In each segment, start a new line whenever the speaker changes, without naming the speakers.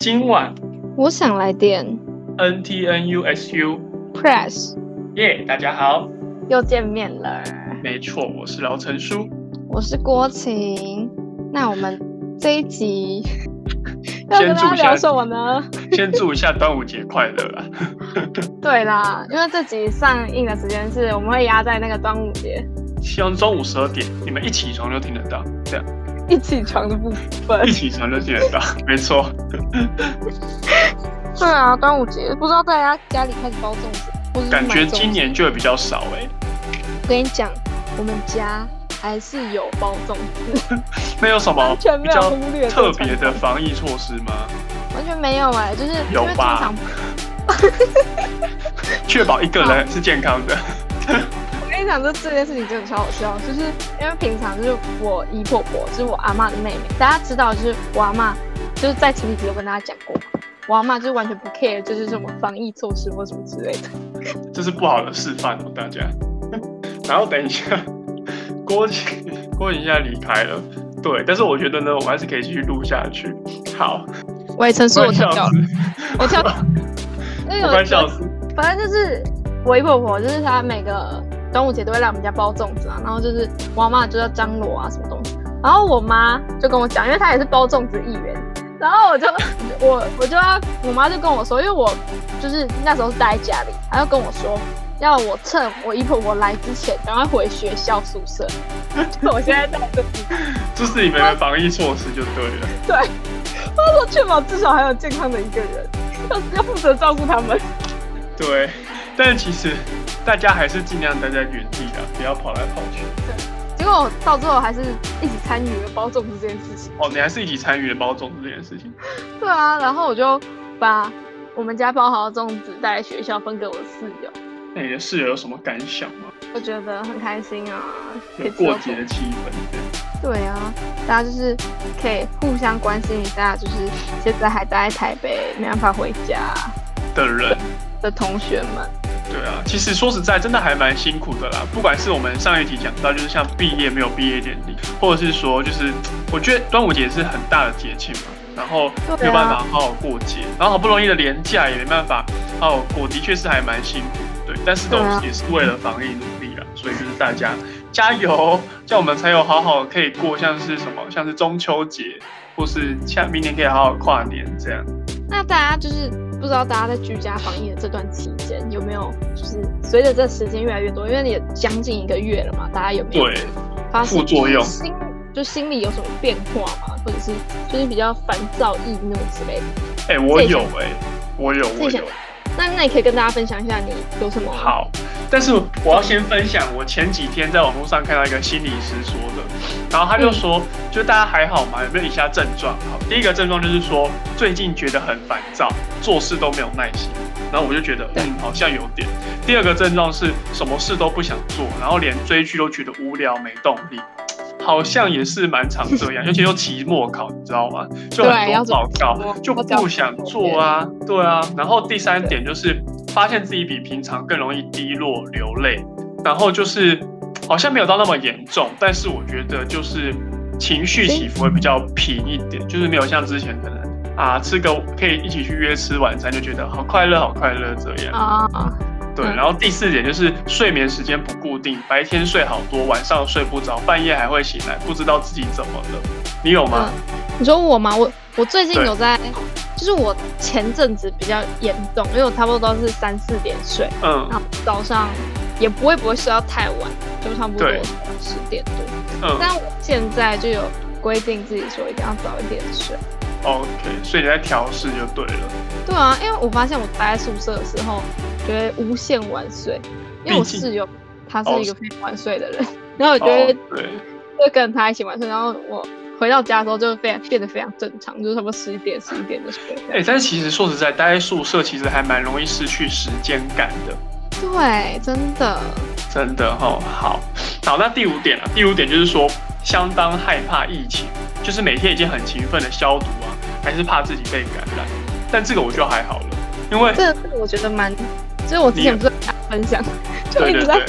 今晚
我想来点
N T N U S U，
crash，
耶大家好，
又见面了。
没错，我是饶成书。
我是郭晴，那我们这一 集要
先
跟大
祝
家
一下
聊什么呢？
先祝一下端午节快乐啊啦！
对啦，因为这集上映的时间是我们会压在那个端午节
希望中午十二点你们一起床就听得到，这样
一起床的部
一
分。
起床就听得到， 没错。
对啊，端午节不知道大家家里开始包粽子，或是
感觉
买粽子
今年就会比较少哎、
我跟你讲，我们家还是有包粽子，
那有什么
完全
比
没有
较
忽略这
特
个
别
传
的
统，
防疫措施吗？
完全没有哎、就是
有
因为通
吧
常
确保一个人是健康的。
我跟你讲，这这件事情真的超好笑，就是因为平常就是我姨婆婆，就是我阿嬷的妹妹，大家知道就是我阿嬷，就是在前几集有跟大家讲过，我阿嬷就是完全不 care，就是什么防疫措施或什么之类的。
这是不好的示范哦，大家。 然后等一下，郭靖郭靖现在离开了，对，但是我觉得呢，我们还是可以继续录下去。好，
我也曾说我跳
笑
掉了，
死，
我跳，因为
我
有
快笑死，
反正就是我姨婆婆，就是她每个端午节都会来我们家包粽子啊，然后就是我阿妈就叫张罗啊什么东西，然后我妈就跟我讲，因为她也是包粽子一员，然后我就 我我就要我妈就跟我说，因为我就是那时候是待在家里，她就跟我说。要我趁我姨婆婆来之前，赶快回学校宿舍。就我现在在这里，
这是你们的防疫措施就对了。
对，她说确保至少还有健康的一个人，要要负责照顾他们。
对，但是其实大家还是尽量待在原地啊，不要跑来跑去。
结果我到最后还是一起参与了包粽子这件事情。
哦，你还是一起参与了包粽子这件事情。
对啊，然后我就把我们家包好的粽子带来学校分给我的室友，
那你的室友有什么感想吗？
我觉得很开心啊。可
有
以吃到
过节的气氛，对
粽子对啊，大家就是可以互相关心一下，就是现在还待在台北没办法回家
的人。
的同学们。
对啊，其实说实在，真的还蛮辛苦的啦。不管是我们上一题讲到，就是像毕业没有毕业典礼，或者是说，就是我觉得端午节是很大的节庆嘛，然后
对啊
没有办法好好过节，然后好不容易的年假也没办法好好过，的确是还蛮辛苦。对，但是都
对啊
也是为了防疫努力啦，所以就是大家加油，这样我们才有好好可以过，像是什么，像是中秋节，或是像明年可以好好跨年这样。
那大家就是不知道大家在居家防疫的这段期间有没有，就是随着这时间越来越多，因为你也将近一个月了嘛，大家有没有
对，
发现
副作用
心就心里有什么变化嘛，或者是就是比较烦躁、易怒之类的。
哎、我
自己
有
想
哎、我有，我
自己想
有。
那那你可以跟大家分享一下你有什么？，
好，但是我要先分享，我前几天在网络上看到一个心理师说的，然后他就说，就大家还好吗？有没有以下症状？好，第一个症状就是说，最近觉得很烦躁，做事都没有耐心。然后我就觉得，嗯，好像有点。第二个症状是什么事都不想做，然后连追剧都觉得无聊没动力，好像也是蛮常这 样，尤其又期末考，你知道吗？就很
对要
多
做
报告
期末
就不想做啊，对啊。然后第三点就是发现自己比平常更容易低落流泪，然后就是好像没有到那么严重，但是我觉得就是情绪起伏会比较平一点，就是没有像之前可能。啊，吃个可以一起去约吃晚餐，就觉得好快乐，好快乐这样。
啊，
对，
嗯
然后第四点就是睡眠时间不固定，白天睡好多，晚上睡不着，半夜还会醒来，不知道自己怎么了。你有吗？
你说我吗？我我最近
对
有在，就是我前阵子比较严重，因为我差不多都是三四点睡，
嗯
然后早上也不会不会睡到太晚，就差不多
对
十点多。
嗯
但我现在就有规定自己说一定要早一点睡。
，OK，所以你在调试就对了。
对啊，因为我发现我待在宿舍的时候，觉得无限晚睡，因为我
毕竟
室友他是
哦
一个非常晚睡的人，然后我觉得
哦，对，
就跟他一起晚睡，然后我回到家的时候就非常变得非常正常，就是差不多十一点十一点就睡。
哎、但是其实说实在，待在宿舍其实还蛮容易失去时间感的。
对，真的，
真的哦，好，好，那第五点啊，第五点就是说，相当害怕疫情，就是每天已经很勤奋的消毒啊，还是怕自己被感染。但这个我就还好了，因为
这个我觉得蛮，就是我之前不是跟大家分享，就
对
一直
对
在
对，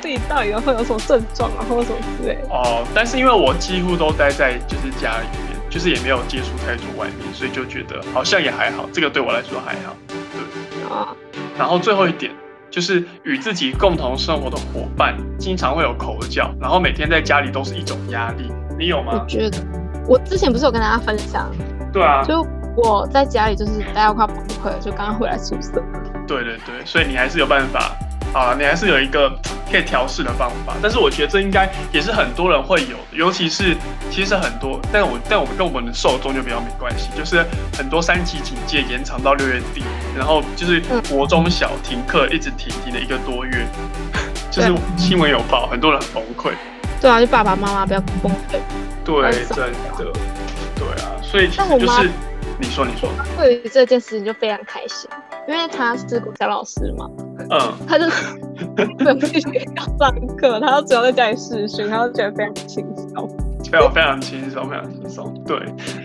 自己到底会有什么症状啊，或者什么之类的。
哦，但是因为我几乎都待在就是家里面，就是也没有接触太多外面，所以就觉得好像也还好，这个对我来说还好。
啊，
然后最后一点就是与自己共同生活的伙伴经常会有口角，然后每天在家里都是一种压力。你有
我
吗？
觉得我之前不是有跟大家分享，
对啊，
就我在家里就是待到快崩溃了，就刚刚回来宿舍。
对对对，所以你还是有办法。好了，你还是有一个可以调试的方法，但是我觉得这应该也是很多人会有的，尤其是其实很多，但我但我们跟我们的受众就比较没关系，就是很多三级警戒延长到六月底，然后就是
嗯
国中小停课一直停停了一个多月， 就是
对
新闻有报，很多人很崩溃。
对啊，就爸爸妈妈不要崩溃。
对，
很
真
少
的，对啊，所以其
但
实
我
就
妈
是你说你说，
对于这件事情就非常开心，因为他是国小老师嘛，
嗯，
他就是 不用去学校上课，他只要在家里试训，他就觉得非常轻松。
非常非常轻松，非常轻松。对，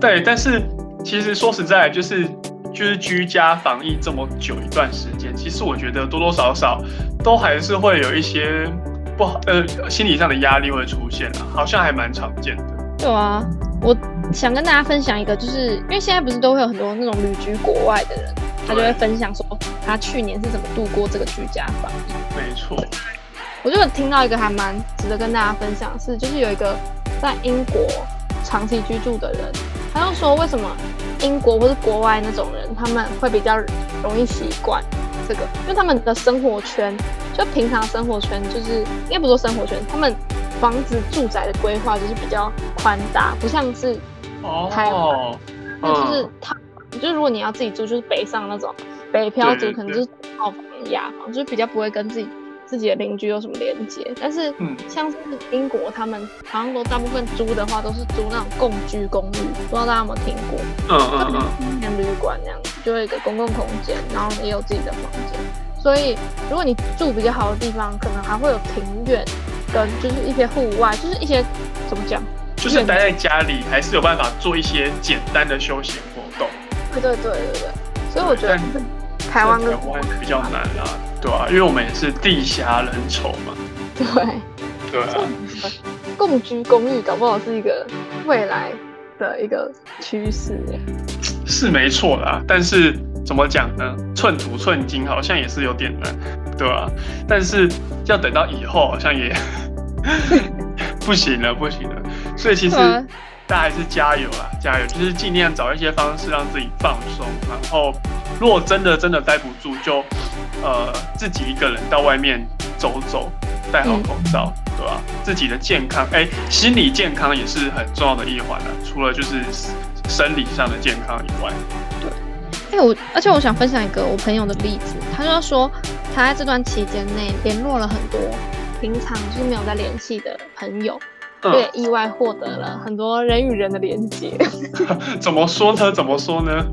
对，但是其实说实在，就是就是居家防疫这么久一段时间，其实我觉得多多少少都还是会有一些不好呃心理上的压力会出现啊，好像还蛮常见的。
对啊，我想跟大家分享一个，就是因为现在不是都会有很多那种旅居国外的人，他就会分享说他去年是怎么度过这个居家防疫。
没错，
我就有听到一个还蛮值得跟大家分享的是，就是有一个在英国长期居住的人，他就说为什么英国或是国外那种人，他们会比较容易习惯这个，因为他们的生活圈，就平常生活圈，就是应该不说生活圈，他们房子住宅的规划就是比较宽大，不像是还
哦
有，那就是他，就是如果你要自己住，就是北上那种北漂
对
族，
对
可能
对
就是套房、雅房，就是比较不会跟自己自己的邻居有什么连接。但是
嗯
像是英国，他们好像都大部分租的话都是租那种共居公寓，不知道大家有没有听过？
嗯嗯嗯，
青年旅馆那样子，就有一个公共空间，然后也有自己的房间。所以如果你住比较好的地方，可能还会有庭院，跟就是一些户外，就是一些怎么讲？
就是待在家里还是有办法做一些简单的休闲活动。
对对对对对。所以我觉得
对
台湾
在
跟
台湾比较难啊，对啊，因为我们也是地狭人稠嘛，
对，
对啊，
共居公寓搞不好是一个未来的一个趋势耶。
是没错啦。但是怎么讲呢？寸土寸金好像也是有点难，对啊，但是要等到以后好像也 不行了，不行了。所以其实
对啊
大家还是加油啦，加油！就是尽量找一些方式让自己放松，然后如果真的真的待不住，就呃自己一个人到外面走走，戴好口罩，对吧、自己的健康，哎、心理健康也是很重要的一环啊，除了就是生理上的健康以外，
哎、我而且我想分享一个我朋友的例子，他就说他在这段期间内联络了很多平常就是没有在联系的朋友，
嗯，
也意外获得了很多人与人的连接。
嗯怎么说呢？怎么说呢？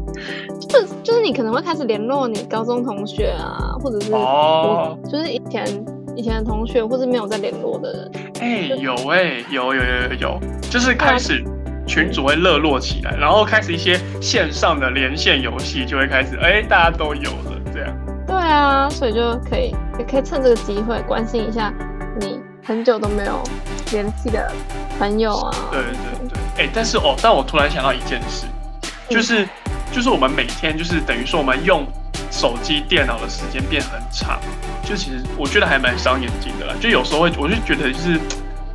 就 就是你可能会开始联络你高中同学啊，或者是、
哦，
就是以前以前的同学，或是没有在联络的人。
哎、有哎、有有有有有，就是开始群组会热络起来，然后开始一些线上的连线游戏就会开始，哎、大家都有了这样。
对啊，所以就可以也可以趁这个机会关心一下你很久都没有联系的朋友啊。
对对对，哎、但是哦，但我突然想到一件事，
嗯
就是就是我们每天就是等于说我们用手机、电脑的时间变很长，就其实我觉得还蛮伤眼睛的啦。就有时候会，我就觉得就是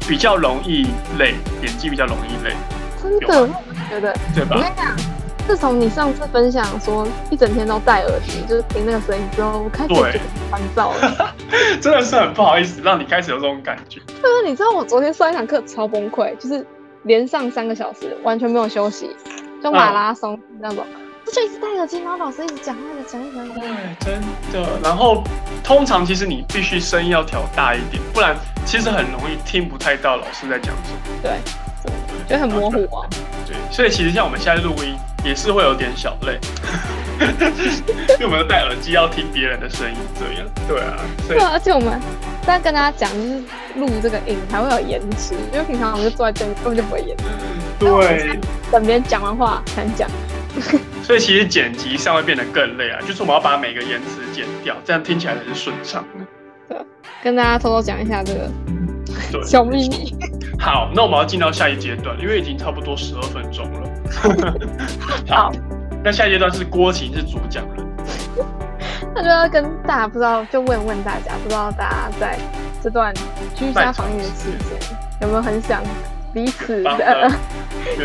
比较容易累，眼睛比较容易累，
真的，
啊
我觉得
对
我跟
吧？
你讲，自从你上次分享说一整天都戴耳机，就是听那个声音之后，我开始觉
对
得很烦躁了。
真的是很不好意思，让你开始有这种感觉。
对啊，你知道我昨天上一堂课超崩溃，就是连上三个小时，完全没有休息，就马拉松那种。
啊
就一直戴耳机，然后老师一直讲，一直讲，一直讲一直
对
讲。，
真的。然后通常其实你必须声音要调大一点，不然其实很容易听不太到老师在讲什么。
对，就很模糊啊。
对，所以其实像我们现在录音也是会有点小累， 因为我们要戴耳机要听别人的声音这样。对啊，所以
对，而且我们在跟大家讲，就是录这个影还会有延迟，因为平常我们就坐在这里，根本就不会延迟。
对，
等别人讲完话才讲。
所以其实剪辑上会变得更累啊，就是我们要把每个延迟剪掉，这样听起来才是顺畅的。
跟大家偷偷讲一下这个
对，
小秘密。
好，那我们要进到下一阶段，因为已经差不多十二分钟了。
好，
那下一阶段是郭琴是主讲人，
那就要跟大家不知道就问问大家，不知道大家在这段居家防疫的期间有没有很想彼此
帮
的
的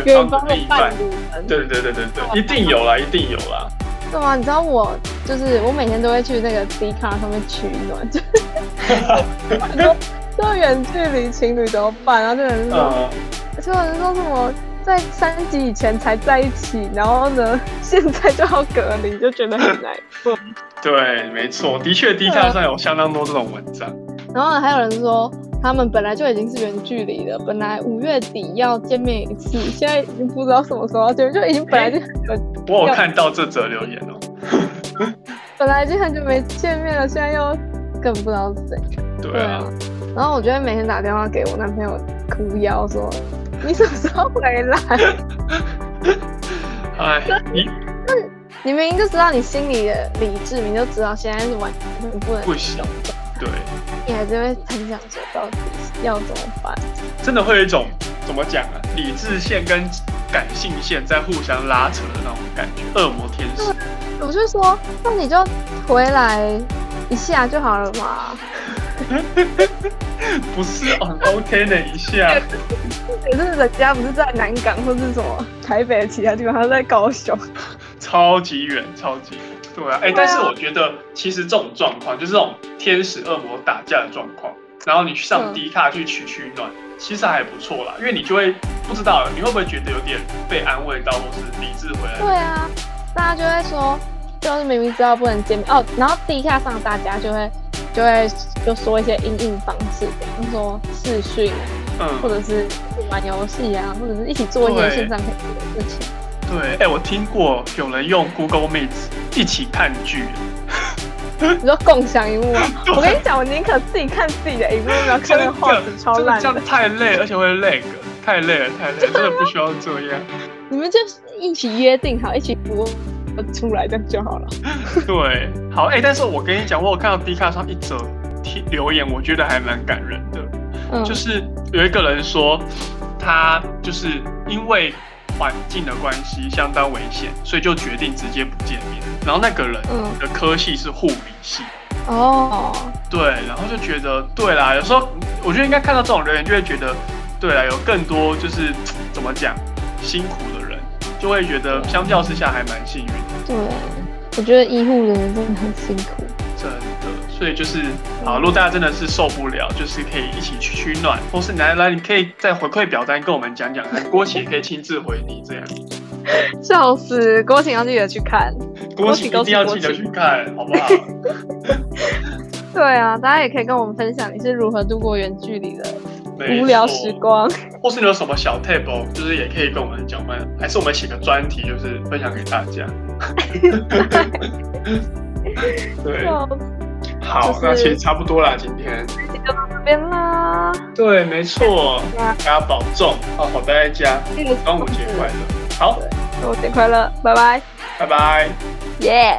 远
方的
方的
另一
伴
半。
侣们？
对对对对对，一定有啦，一定有啦。
对啊，你知道我就是我每天都会去那个 D 卡上面取暖，就是很多 就远距离情侣怎么办？然后就有人说，
呃，
就有人说什么在三级以前才在一起，然后呢现在就要隔离，就觉得很难过。
对，没错，的确 d 卡上有相当多这种文章。
然后还有人说，他们本来就已经是远距离了，本来五月底要见面一次，现在已经不知道什么时候要见面，就已经本来就很
我有看到这则留言哦。
本来已经很久没见面了，现在又更不知道是谁。
对啊，。
然后我就会每天打电话给我男朋友哭腰说：“你什么时候回来？
哎，你
你明明就知道你心里的理智，你就知道现在是完全不能，
不行。对，
你还是会很想说到底要怎么办。
真的会有一种怎么讲啊，理智线跟感性线在互相拉扯的那种感觉，恶魔天使。
我就说，那你就回来一下就好了嘛。
不是很 OK 的一下，
可是人家不是在南港或是什么台北的其他地方，他在高雄。
超级远，超级远对啊，哎、但是我觉得其实这种状况，就是这种天使恶魔打架的状况，然后你去上
嗯
迪卡去取取暖，其实还不错啦，因为你就会不知道你会不会觉得有点被安慰到，或是理智回来。
对啊，大家就会说，就是明明知道不能见面哦，然后第一下上大家就会就会就说一些应应方式，比方说视讯啊，或
嗯，
者是一起玩游戏啊，或者是一起做一些
对
线上可以做的事情。
对，哎、我听过有人用 Google Meet 一起看剧，
你说共享荧幕 啊
对，
我跟你讲，我宁可自己看自己的荧幕，然后
真
看那
的
个画质超
真的
烂
这
的
样。太累，而且会累个，太累了，太累了，真的不需要这 样。
你们就一起约定好，一起播出来这样就好了。
对，好，哎、但是我跟你讲，我有看到 D 卡上一则贴留言，我觉得还蛮感人的。
嗯，
就是有一个人说，他就是因为环境的关系相当危险，所以就决定直接不见面。然后那个人
嗯
的科系是护理系，
哦，
对，然后就觉得对啦，有时候我觉得应该看到这种留言，就会觉得对啦，有更多就是怎么讲辛苦的人，就会觉得相较之下还蛮幸运的。
对，我觉得医护人员真的很辛苦。
真的，所以就是好，如果大家真的是受不了，就是可以一起去取暖，或是来来，你可以在回馈表单跟我们讲讲，郭琦可以亲自回你这样。
笑死，郭晴要记得去看。
郭琦一定要记得去看，好不好？
对啊，大家也可以跟我们分享你是如何度过远距离的
没错
无聊时，光。
或是你有什么小 table，就是也可以跟我们讲，我们还是我们写个专题，就是分享给大 家。 对，
就
好
就，是
那其实差不多啦，今天。
这集就到这边啦，
对，没错，
那
大家保重，好好待在家，
这个
端午节快乐，好，
端午节快乐，拜拜，
拜拜。
耶、